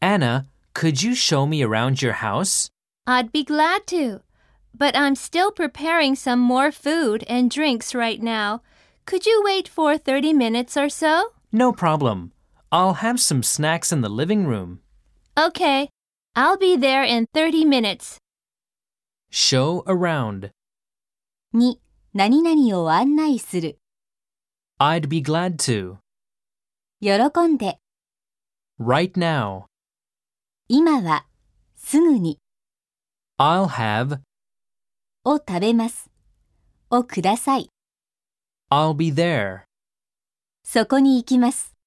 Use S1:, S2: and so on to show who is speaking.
S1: Anna, could you show me around your house?
S2: I'd be glad to, but I'm still preparing some more food and drinks right now. Could you wait for 30 minutes or so?
S1: No problem. I'll have some snacks in the living room.
S2: Okay, I'll be there in 30 minutes.
S1: Show around.
S3: 2. 何々を案内する。
S1: I'd be glad to.
S3: 喜んで、
S1: Right now.
S3: 今は、すぐに、
S1: I'll have.
S3: を食べます。をください。
S1: I'll be there.
S3: そこに行きます。